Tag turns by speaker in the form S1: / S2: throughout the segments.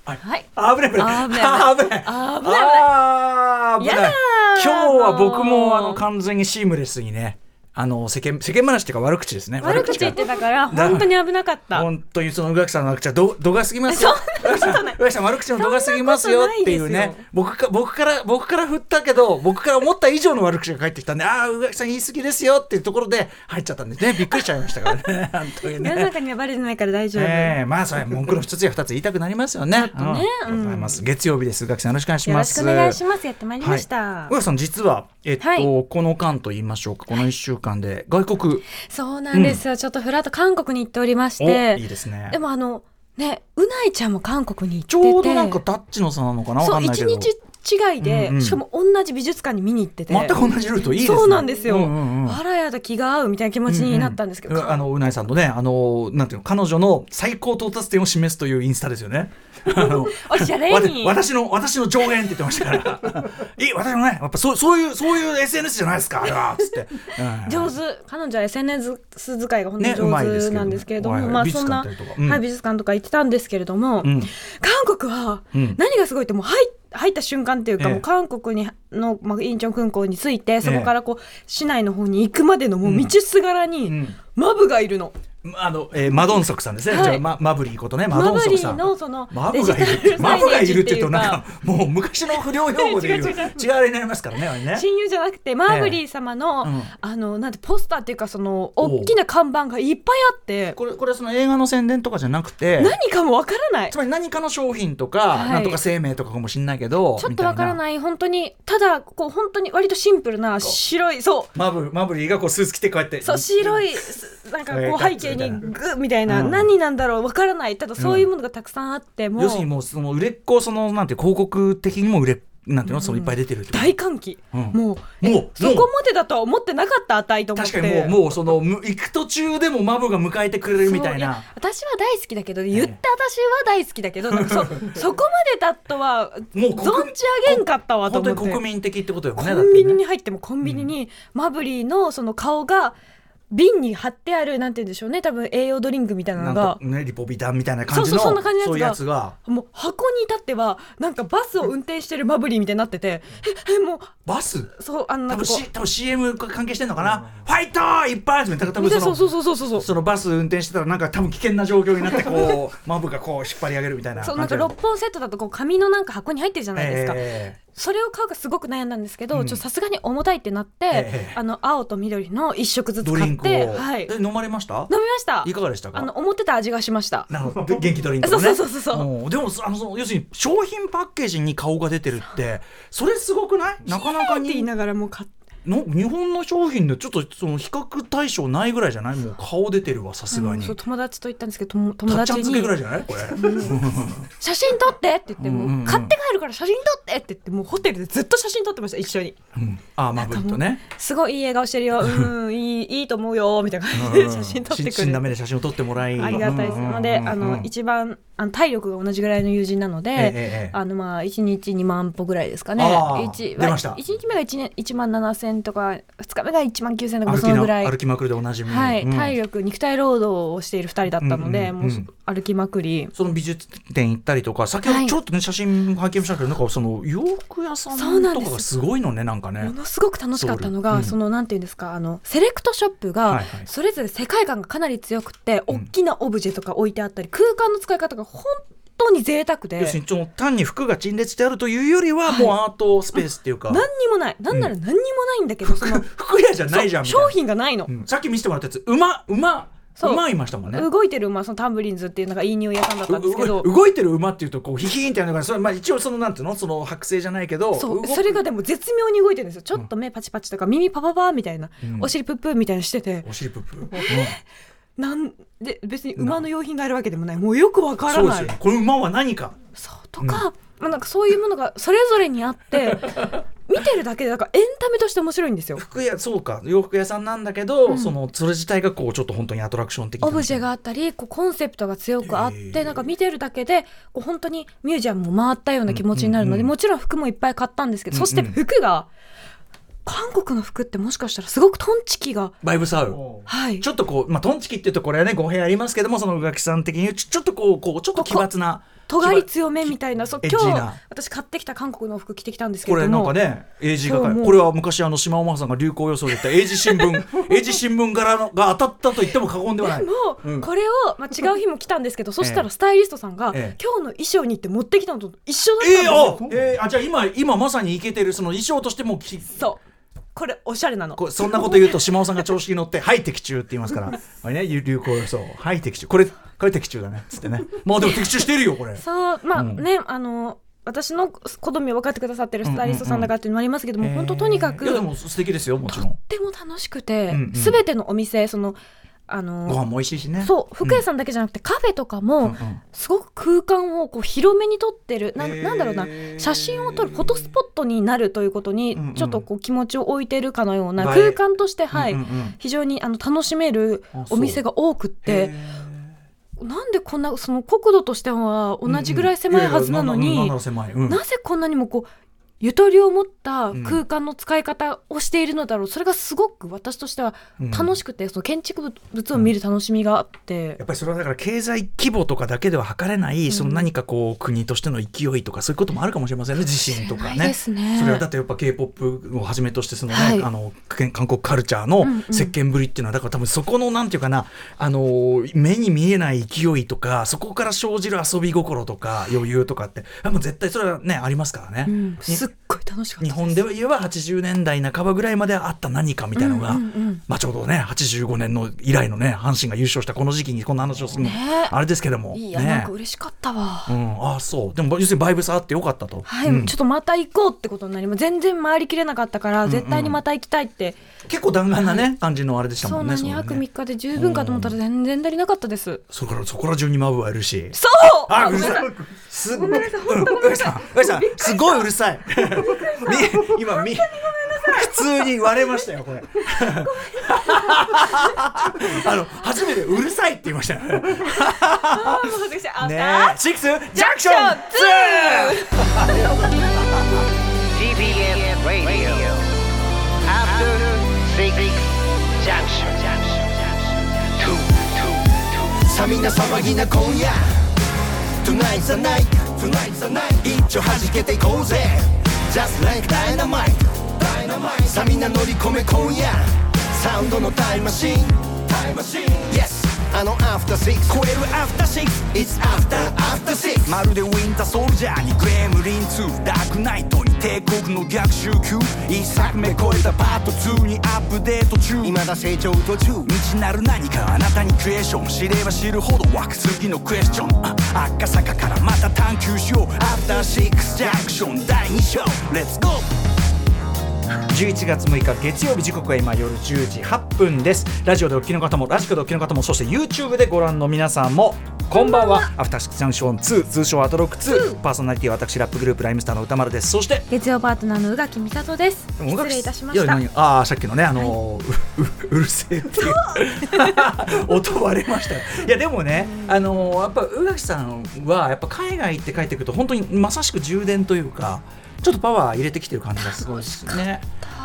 S1: あー危ない危ないあー危ないあ
S2: あー危ないあー危ない
S1: ー危ない
S2: やだー
S1: 今日は僕もあ
S2: も
S1: の
S2: う
S1: 完全にシームレスにねあの世間世間話っていうか悪口ですね
S2: 悪口言って
S1: が
S2: たから本当に危なかった
S1: 本当にその宇垣さんの悪口はど度が過ぎます よ宇垣さん宇垣さん悪口の度が過ぎますよっていう
S2: そんな
S1: ね
S2: ことないですよ
S1: 僕か僕から僕から振ったけど僕から思った以上の悪口が返ってきたんでああ宇垣さん言い過ぎですよっていうところで入っちゃったんですねびっくりしちゃいましたからね 本当にね
S2: 世の中にはバレてないから大丈夫、
S1: ええまあそれ文句の一つや二つ言いたくなりますよね。
S2: とね
S1: うん
S2: うん
S1: ございます。月曜日です。宇垣さんよろしくお願いし
S2: よろ
S1: ま
S2: し
S1: す。
S2: くお願いしますやってまいりました、
S1: はい、宇垣さん実はえっと、
S2: はい
S1: この間と言いましょうかこの一週間で外国
S2: そうなんですよ、ちょっとふらっと韓国に行っておりまし
S1: お
S2: て
S1: いいですね。
S2: でもあのねうないちゃんも韓国に行ってて
S1: ちょうどなんかタッチの差なのかなわ
S2: そ
S1: か
S2: うん
S1: ない
S2: 一
S1: けど。
S2: 日違いで、
S1: うんうん
S2: しかも同じ美術館に見に行ってて
S1: 全く同じルートいいですね。
S2: そうなんですよ、
S1: うんうんうん
S2: あらやだ気が合うみたいな気持ちになったんですけど、
S1: ううあのうないさんとねあのなんていうの彼女の最高到達点を示すというインスタですよね。あの
S2: おしゃれ
S1: わた
S2: に
S1: 私の私の上限って言ってましたから え私のねやっぱそうそういうそういう SNS じゃないですかあれはつって、うん
S2: 上手彼女は SNS 使いが本当
S1: ね
S2: に
S1: うまいで
S2: 上
S1: すけ
S2: 手
S1: ど
S2: なんですけれども、
S1: はいはい
S2: まあ
S1: 美術
S2: そんな、
S1: 館行ったりとかうん
S2: はい、美術館とか行ってたんですけれども、
S1: うん
S2: 韓国は
S1: うん
S2: 何がすごいってもう入っ入った瞬間っていうか、
S1: ええ
S2: もう韓国にの、まあ、インチョン空港に着いてそ
S1: え
S2: こ
S1: え
S2: からこう市内の方に行くまでのもう道すがら
S1: う
S2: に
S1: ん
S2: マブがいるの。
S1: あの、えー、マドンソクさんですね、
S2: はい
S1: じゃあ、ま、マブリーことねマ
S2: マ
S1: ドン
S2: ブ
S1: ソ
S2: リ
S1: クさ
S2: ー
S1: ん
S2: のその
S1: マ
S2: デ
S1: ブ
S2: ジ
S1: が
S2: タ
S1: いる
S2: ル
S1: マブがいるって言
S2: サイネージ
S1: うとなんかもう昔の不良用語でい
S2: 違
S1: う
S2: う違う
S1: 違うあれになりますからねあれね
S2: 親友じゃなくてマーブリー様の、
S1: ええうん
S2: あのなんてポスターっていうかその
S1: おう
S2: 大きな看板がいっぱいあって
S1: これこれはその映画の宣伝とかじゃなくて
S2: 何かもわからない
S1: つまり何かの商品とか、
S2: はい
S1: なんとか生命とかかもしれないけど
S2: ちょっとわから
S1: みたい
S2: ない本当にただこう本当に割とシンプルな白いそう
S1: なマブマブリーがこうスーツ着てこうやって
S2: そう白いすなんか
S1: えー
S2: こう背景
S1: ガッツみ
S2: にグッみたいな
S1: うん
S2: 何なんだろうわからないただそういうものがたくさんあってもう
S1: 要するにもうその売れっ子そのなんていう広告的にも売れなんていうのそのいっぱい出てるってこと
S2: 大歓喜
S1: うん
S2: もうえ
S1: もう
S2: そこまでだとは思ってなかった値と思っ
S1: 確
S2: て
S1: かにもうもうそのむ行く途中でもマブが迎えてくれるみたい
S2: そう
S1: な
S2: や私は大好きだけど言って私は大好きだけど、なんか そそこまでだとは
S1: もう
S2: 存じ上げんかったわと
S1: 本
S2: 思
S1: 当
S2: っ
S1: に
S2: て
S1: 国民的ってことよね
S2: コン
S1: だ
S2: ビニに
S1: ってね
S2: 入ってもコンビニにマブリーのその顔が瓶に貼ってあるなんて言うんでしょうね多分栄養ドリンクみたいな
S1: な
S2: の
S1: ん
S2: が
S1: かねリポビタンみたいな感じの
S2: そうそうそんな感じのやつが
S1: そういうやつが
S2: もう箱に至ってはなんかバスを運転してるマブリーみたいになっててええもう
S1: バス
S2: そうあのな
S1: 多
S2: ん
S1: 分
S2: かこう
S1: C 多分 CM 関係してんのかなファイトーいっぱい集めた多
S2: み
S1: 分
S2: たい
S1: そ
S2: なそ
S1: の
S2: うそうそうそうそうそう
S1: そのバス運転してたらなんか多分危険な状況になってこ うマブがこう引っ張り上げるみたいな
S2: そうなんか
S1: 感
S2: 6本セットだとこう紙のなんか箱に入ってるじゃ
S1: じ
S2: ないですか、
S1: え
S2: それを買うかすごく悩んだんですけど、
S1: うん
S2: ちょっとさすがに重たいってなって、
S1: ええ
S2: あの青と緑の一色ず
S1: ー
S2: つ
S1: ドリ
S2: 買っ
S1: ンクを
S2: て、はい、
S1: え
S2: 飲み
S1: 飲まれました
S2: ました
S1: いかがでしたか
S2: あの思ってた味がしました
S1: なるほど元気ドリンクもね
S2: そうそうそうそう
S1: うんでもそあのその要するに商品パッケージに顔が出てるってそれすごくないなかなか
S2: って言い
S1: に
S2: ながらもう買っ
S1: の日本の商品でちょっとその比較対象ないぐらいじゃないもう顔出てるわさすが
S2: あの
S1: に
S2: そう友達と行ったんですけどとも友
S1: たっち
S2: 達
S1: ゃん漬けぐらい
S2: に
S1: じゃないこれ
S2: 「写真撮って」って言って「
S1: うんうんう
S2: も
S1: ん
S2: う買って帰るから写真撮って」って言ってもうホテルでずっと写真撮ってました一緒に
S1: うんあーマブリとね
S2: 「すごいいい笑顔して るようんいいいいと思うよ」みたいな感じ
S1: う
S2: で
S1: ん
S2: 写真撮って
S1: し
S2: く
S1: 死んだ目
S2: れ
S1: で
S2: て。
S1: 写真を撮ってもらい
S2: ありがたいです。ので、あの一番あの体力が同じぐらいの友人なので、
S1: ええええ
S2: あのまあ一日二万歩ぐらいですかね
S1: ああ。出
S2: 一
S1: ました
S2: 一日目が一年一万七千とか、二日目が一万九千とか
S1: 歩
S2: そ
S1: き
S2: の
S1: な
S2: ぐらい。
S1: 歩きまくるでおなじみの
S2: はい、
S1: うん
S2: 体力肉体労働をしている二人だったので、
S1: うんうんうん
S2: もう歩きまくり。
S1: その美術展行ったりとか先ほ
S2: は
S1: ど
S2: い
S1: ちょっとね写真拝見したけどなんかその洋服屋さ
S2: そうんなん
S1: と
S2: で
S1: か
S2: す
S1: がすごいのねなんかね
S2: ものすごく楽しかったのが、
S1: ソウルうん
S2: そのなんていうんですかあのセレクトショップ
S1: は
S2: が
S1: いはい
S2: それぞれ世界観がかなり強くて、
S1: うん
S2: 大きなオブジェとか置いてあったり空間の使い方が本当に贅沢で
S1: 要するにその単に服が陳列してあるというよりはもうアートスペースっていうか
S2: 何にもないなんなら何にもないんだけど、その
S1: 服屋じゃないじゃんみたいな
S2: 商品がないの、
S1: うんさっき見せてもらったやつ馬馬
S2: そう
S1: 馬いましたもんね
S2: 動いてる馬そのタンブリンズっていうなんかいい匂い屋さんだったんですけど
S1: うう動いてる馬っていうとこうヒヒーンってやるのがそれまあ一応そのなんていうのその剥製じゃないけど
S2: そう
S1: 動く
S2: それがでも絶妙に動いてるんですよちょっと目パチパチとか耳パパパーみたいな、
S1: うん
S2: お尻プップーみたいなのしてて
S1: お尻プップ、うん
S2: なんで別に馬の用品があるわけでもないもうよくわから
S1: そうで
S2: な
S1: す
S2: い
S1: よねこの馬は何か
S2: そうとか、まあなんかそういうものがそれぞれにあって 見てるだけでなんかエンタメとして面白いんですよ。
S1: 服屋そうか洋服屋さんなんだけど、そのそれ自体がこうちょっと本当にアトラクション的な
S2: オブジェがあったりこうコンセプトが強くあって、
S1: えー
S2: なんか見てるだけでこう本当にミュージアムも回ったような気持ちになるの
S1: う
S2: で、
S1: んうんうん
S2: もちろん服もいっぱい買ったんですけど、
S1: うんうん
S2: そして服が韓国の服ってもしかしたらすごくトンチキが
S1: バイブサウン
S2: はい
S1: ちょっとこう、まあ、トンチキっていうとこれはね語弊ありますけどもその宇垣さん的にちょちょっとこうこうちょっと奇抜な
S2: 尖り強めみたいなそう
S1: エッジ
S2: 今
S1: ーな
S2: 日私買ってきた韓国の服着てきたんですけ
S1: こ
S2: れ
S1: れ
S2: ど
S1: なん
S2: も
S1: かね、英字が
S2: そうもう
S1: これは昔あの島尾真帆さんが流行予想で言った英字新 聞、英字新聞柄のが当たったと言っても過言ではない。
S2: もう、
S1: うん
S2: これを、まあ、違う日も来たんですけど、そし
S1: え
S2: たらスタイリストさんが、
S1: ええ
S2: 今日の衣装にって持ってきたのと一緒だったんです
S1: えー、あ
S2: よ、、
S1: えー、あじゃあ今今まさにイケてるその衣装としてもき
S2: そうこれおしゃれなの
S1: こそんなこと言うと島尾さんが調子に乗 って「はい的中」って言いますからこれね流流行予想「はい的中」これこれ的中だねっつって ねまあでも的中してるよこれ
S2: そうまあ
S1: うん
S2: ね、あの私の好みを分かってくださってるスタイリストさんだからっていうのもありますけども、
S1: えー
S2: 本当とにかく
S1: いやで
S2: とっ
S1: も素敵ですよもちろん
S2: ても楽しくて
S1: うんうん
S2: すべ、てのお店そのあ
S1: ご
S2: の
S1: 飯も美味しいしね
S2: そう服屋さんだけじゃなくてカフェとかも、
S1: うんうんうん
S2: すごく空間をこう広めに撮ってるな,、
S1: えー
S2: なんだろうな写真を撮るフォトスポットになるということに
S1: うんうん
S2: ちょっとこう気持ちを置いてるかのような
S1: 映え
S2: 空間として、はい
S1: うんうんうん
S2: 非常にあの楽しめる
S1: あそう
S2: お店が多くってなんでこんなその国土としては同じぐらい狭いはずなの
S1: うんうんいやいや
S2: に
S1: なななな狭いうん
S2: なぜこんなにもこうゆとりを持った
S1: うん
S2: 空間の使い方をしているのだろうそれがすごく私としては楽しくて、その建築物を見る楽しみがあって
S1: や、っぱりそれはだから経済規模とかだけでは測れない、その何かこう国としての勢いとかそういうこともあるかもしれませんね地震とか
S2: ない
S1: ね
S2: で。すね。
S1: それはだってやっぱ k p o p をはじめとしてその、ね
S2: はい
S1: あの韓国カルチャー
S2: う
S1: の
S2: んうん
S1: 席巻ぶりっていうのはだから多分そこのなんていうかなあの目に見えない勢いとかそこから生じる遊び心とか余裕とかってやっぱ絶対それはねありますからね。
S2: うん、
S1: に
S2: すっごい楽しかった
S1: 日本で言えば80年代半ばぐらいまであった何かみたいなのが、
S2: うんうんうん
S1: まあ、ちょうどね85年の以来のね阪神が優勝したこの時期にこんな話をするの、
S2: ねえ
S1: あれですけども
S2: いや、
S1: ね
S2: なんか嬉しかったわ。
S1: うん、ああそうでも要するにバイブスあってよかったと、
S2: はい、
S1: うん
S2: ちょっとまた行こうってことになります。全然回りきれなかったから、
S1: ん
S2: 絶対にまた行きたいって。
S1: 結構弾丸なね、感じのあれでした
S2: そ
S1: も
S2: うんな、
S1: ね
S2: 2
S1: の
S2: 泊
S1: ね
S2: 3日で十分かと思ったら、全然足りなかったです。
S1: それからそこら中にマブはいるし
S2: そう。
S1: あうるさいすごいうんうるさいうるさいすごいうるさいみ今み普通に割れましたよこれあの初めてうるさいって言いましたよね
S2: あーもう恥ずかしい。あ
S1: ね
S2: あ
S1: シックスジャンクション
S3: TBS Radio. After Six Junction. Two, two, two.
S4: さみな騒ぎな今夜 Tonight's the night Tonight's the night 一丁弾けていこうぜ Just like dynamite Dynamite さみな乗り込め今夜サウンドのタイムマシンタイムマシン Yes あのアフターシックス超えるアフターシックス It's after after six
S5: まるでウィンターソルジャーにグレムリン2ダークナイトに帝国の逆襲級一作目超えたパート2にアップデート中
S4: 未だ成長途中
S5: 未知なる何かあなたにクエスチョン知れば知るほど湧く次のクエスチョンあ赤坂からまた探求しようアフターシックスジャンクション第2章レッツゴー
S1: 11月6日月曜日時刻は今夜10時8分ですラジオでお聞きの方もラジコでお聞きの方もそして YouTube でご覧の皆さんもこんばんはアフターシックスジャンクション2通称アトロック2パーソナリティは私ラップグループライムスターの歌丸ですそして
S2: 月曜パートナーの宇垣美里です。失礼いたしまし
S1: や
S2: た。
S1: 何ああさっきのねあのーうううるせえっていう 音割れましたよいやでもねあのーやっぱ宇垣さんはやっぱ海外行って帰ってくると本当にまさしく充電というかちょっとパワー入れてきてる感じがすごいですね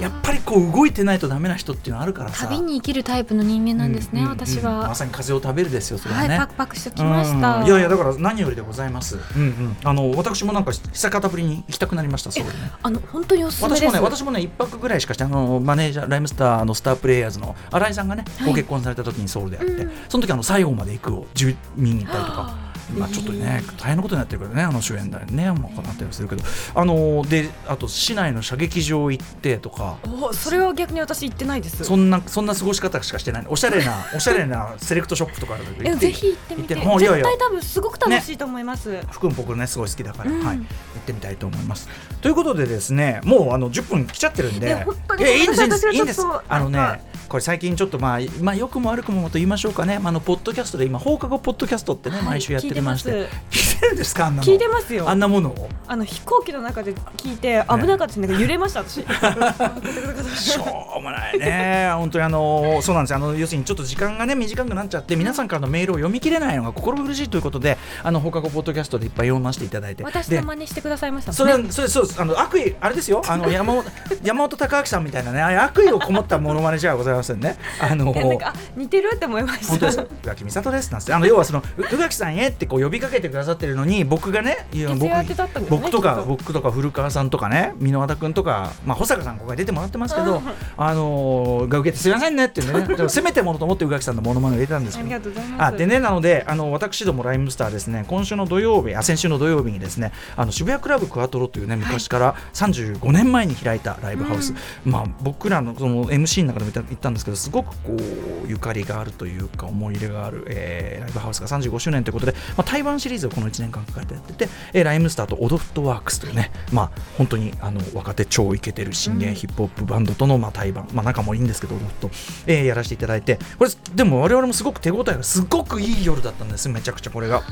S1: やっぱりこう動いてないとダメな人っていうのあるからさ
S2: 旅に生きるタイプの人間なんですね。
S1: ううう
S2: 私
S1: ま
S2: は。
S1: さに風を食べるですよそれは
S2: はい、
S1: ね、
S2: パクパクしてきました。
S1: うんいやいやだから何よりでございます、うんうん、あの私もなんか久方ぶりに行きたくなりましたそうね
S2: あの、本当におすすめです。
S1: 私もね、私もね、一泊ぐらいしかして、あのマネージャー、ライムスターのスタープレイヤーズの新井さんがね、
S2: はい
S1: ご結婚された時にソウルであって、
S2: うん
S1: その時あの最後まで行くを住民に行ったりとか
S2: あ。
S1: まあちょっとね、大変なことになってるからね、あの主演だよね、もうこうなったりするけど、あので、あと市内の射撃場行ってとか。
S2: おそれは逆に私行ってないです。
S1: そんな、そんな過ごし方しかしてない、おしゃれな、おしゃれなセレクトショップとかあるんだけど
S2: え
S1: 行って
S2: ぜひ行ってみて
S1: 行ってもういやい
S2: 絶
S1: や
S2: 対多分すごく楽しいと思います、
S1: 福も僕ねすごい好きだから、
S2: うん
S1: はい行ってみたいと思います。ということでですねもうあの10分来ちゃってるんで
S2: ね本当に
S1: いやいいんですいいんです
S2: 私はち
S1: いいん
S2: ょっと
S1: です
S2: そう
S1: あの
S2: なんか
S1: ねこれ最近ちょっとまあ、まあ、良くも悪くもと言いましょうかね、まあ、あのポッドキャストで今放課後ポッドキャストってね、
S2: はい
S1: 毎週やってまして
S2: 聞い
S1: 聞
S2: て
S1: いてるんですかあんなの
S2: 聞いてますよ
S1: あ
S2: あ
S1: んな
S2: の
S1: ものを
S2: 飛行機の中で聞いて危なかったですね、なんか揺れました私
S1: しょううもないね本当にあのそうなんですよあの要するにちょっと時間がね短くなっちゃって皆さんからのメールを読み切れないのが心苦しいということであの放課後ポッドキャストでいっぱい読ませていただいて
S2: 私
S1: で
S2: の真似してくださいました
S1: そ
S2: も
S1: れ
S2: ん
S1: は
S2: ね
S1: それそうですあの悪意あれですよあの山本 山本隆明さんみたいなねああいう悪意をこもったものまねじゃございませんねあの
S2: いやなんかあ似てるって思いま
S1: 本
S2: し
S1: 当
S2: た
S1: ですか宇垣美里ですなんつってあの要はそのう宇垣さんへってこう呼びかけてくださってるのに僕がねいや
S2: 徹
S1: 僕
S2: 夜明けだったんだよね
S1: 僕と
S2: きっ
S1: か
S2: と
S1: 僕とか古川さんとかね箕輪田君とか、まあ、保坂さんここに出てもらってますけど、あのーが受けてすいませんねっていうねだからせめてものと思って宇垣さんのモノマネを入れたんです
S2: あ
S1: け
S2: り
S1: ど
S2: が。とうございます
S1: あでねなのであの私どもライムスターですね今週の土曜日あ先週の土曜日にですねあの渋谷クラブクアトロというね昔から35年前に開いたライブハウス、まあ僕らのその MC の中でも言った言ったんですけどすごくこうゆかりがあるというか思い入れがある、えーライブハウスが35周年ということで、まあ、台湾シリーズをこの1年間かけてやってて、えーライムスターとオドフットワークスというねまあ本当にあの若手超イケてる新鋭ヒップホップバンドとのまあ対バン、まあ、仲もいいんですけどオドフット、えーやらせていただいてこれでも我々もすごく手応えがすごくいい夜だったんですめちゃくちゃこれが。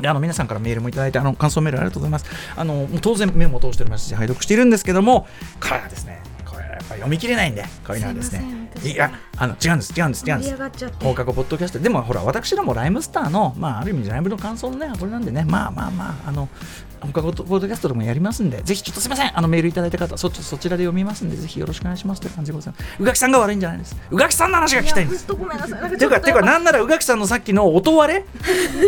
S1: であの皆さんからメールもいただいてあの感想メールありがとうございますあのもう当然メモを通しておりますし拝読しているんですけども彼はですねこれはやっぱり読み切れないんでこういうのはですね
S2: すいません私
S1: いやあの違うんです違うんです違うんで
S2: 盛り
S1: す
S2: 上がっちゃって
S1: 放課後ポッドキャストでもほら私らもライムスターの、まあ、ある意味ライブの感想のねこれなんでねまあまあまああの放課後ポッドキャストでもやりますんでぜひちょっとすいませんあのメールいただいた方そそちらで読みますんでぜひよろしくお願いしますという感じでございます宇垣さんが悪いんじゃないです宇垣さんの話が聞きたいんです
S2: いやほんとごめんなさいなんか
S1: て
S2: ち
S1: い
S2: ょ
S1: う
S2: っと
S1: か、ていうか、なんなら宇垣さんのさっきの音割 れ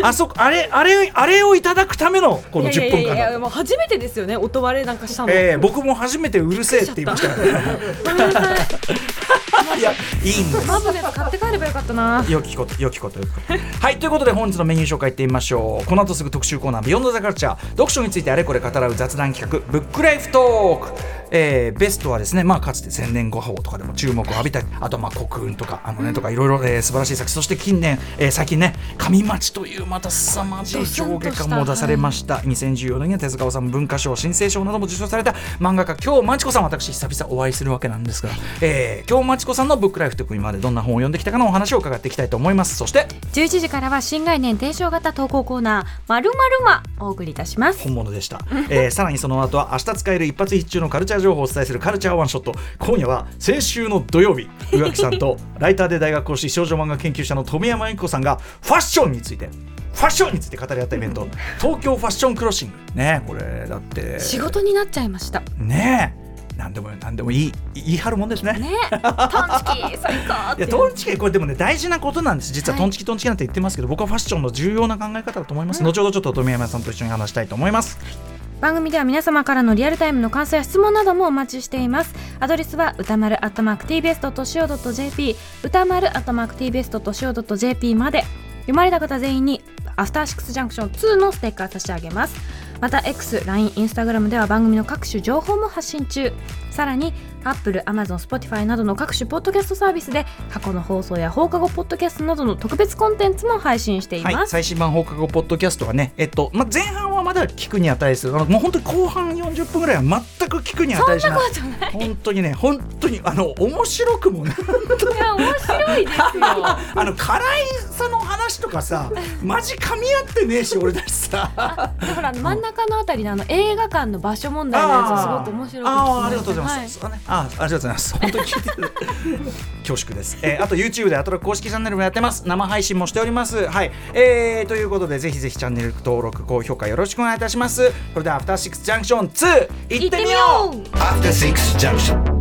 S1: あそこ、あれ、あれ、あれをいただくための、この
S2: いや
S1: 10
S2: いや
S1: 分
S2: いやい
S1: 間
S2: や
S1: だ
S2: もう初めてですよね音割れなんかしたの、
S1: えー僕も初めてうるせえって言いましたからね。 いや、いいんです。
S2: パブで買って帰ればよかったな
S1: 良きこと、良きこと、良きこと。はい、ということで本日のメニュー紹介いってみましょう。この後すぐ特集コーナー、ビヨンドザカルチャー、読書についてあれこれ語らう雑談企画、ブックライフトーク。えーベストはですね、まあ、かつて千年五法とかでも注目を浴びたりあとはまあ国運とかあのねとかいろいろえー素晴らしい作品そして近年、えー最近ね上町というまた凄まじい上下感も出されました2014年には手塚治虫文化賞新生賞なども受賞された漫画家京真知子さん私久々お会いするわけなんですが、えー、京真知子さんの「ブックライフ」という国までどんな本を読んできたかのお話を伺っていきたいと思いますそして
S6: 11時からは新概念提唱型投稿コーナー「まるまるま」お送りいたします。
S1: 本物でした、えーさらにその後は明日使える一発必中のカルチャー情報をお伝えするカルチャーワンショット今夜は先週の土曜日宇垣さんとライターで大学講師少女漫画研究者の富山由紀子さんがファッションについてファッションについて語り合ったイベント東京ファッションクロッシングねこれだって
S6: 仕事になっちゃいました。ね、
S1: ねえ何でも何でもいい言い張るもんですね
S6: トンチキ最高って
S1: い
S6: い
S1: や
S6: う。
S1: トンチキこれでもね大事なことなんです実は
S6: はい
S1: トンチキトンチキなんて言ってますけど、僕はファッションの重要な考え方だと思います、後ほどちょっと富山さんと一緒に話したいと思います
S6: 番組では皆様からのリアルタイムの感想や質問などもお待ちしていますアドレスは歌丸 atmarktbs.co.jp 歌丸 atmarktbs.co.jp まで読まれた方全員にアフターシックスジャンクション2のステッカー差し上げますまた X、LINE、Instagram では番組の各種情報も発信中さらに Apple、Amazon、Spotify などの各種ポッドキャストサービスで過去の放送や放課後ポッドキャストなどの特別コンテンツも配信しています、
S1: はい、最新版放課後ポッドキャストはね、えっとまあ、前半はまだ聞くに値するあのもう本当に後半40分ぐらいは全く聞くに値しない
S6: そんなこ
S1: 本当にね本当にあの面白くもない
S6: と ないいや面白いですよ
S1: あの辛いさの話と かさマジ噛み合ってねえし俺たちさ
S6: でほらあの真ん中のあたりのあの映画館の場所問題のやつがすごく面白くて
S1: あーあーありがとうございます、そうねあーありがとうございます本当に聞い てくれて恐縮です、えーあと YouTube でアトロック公式チャンネルもやってます生配信もしておりますはい、えーということでぜひぜひチャンネル登録高評価よろしくお願いいたしますそれではアフターシックスジャンクション2行ってみよう
S6: う
S4: After Six Junction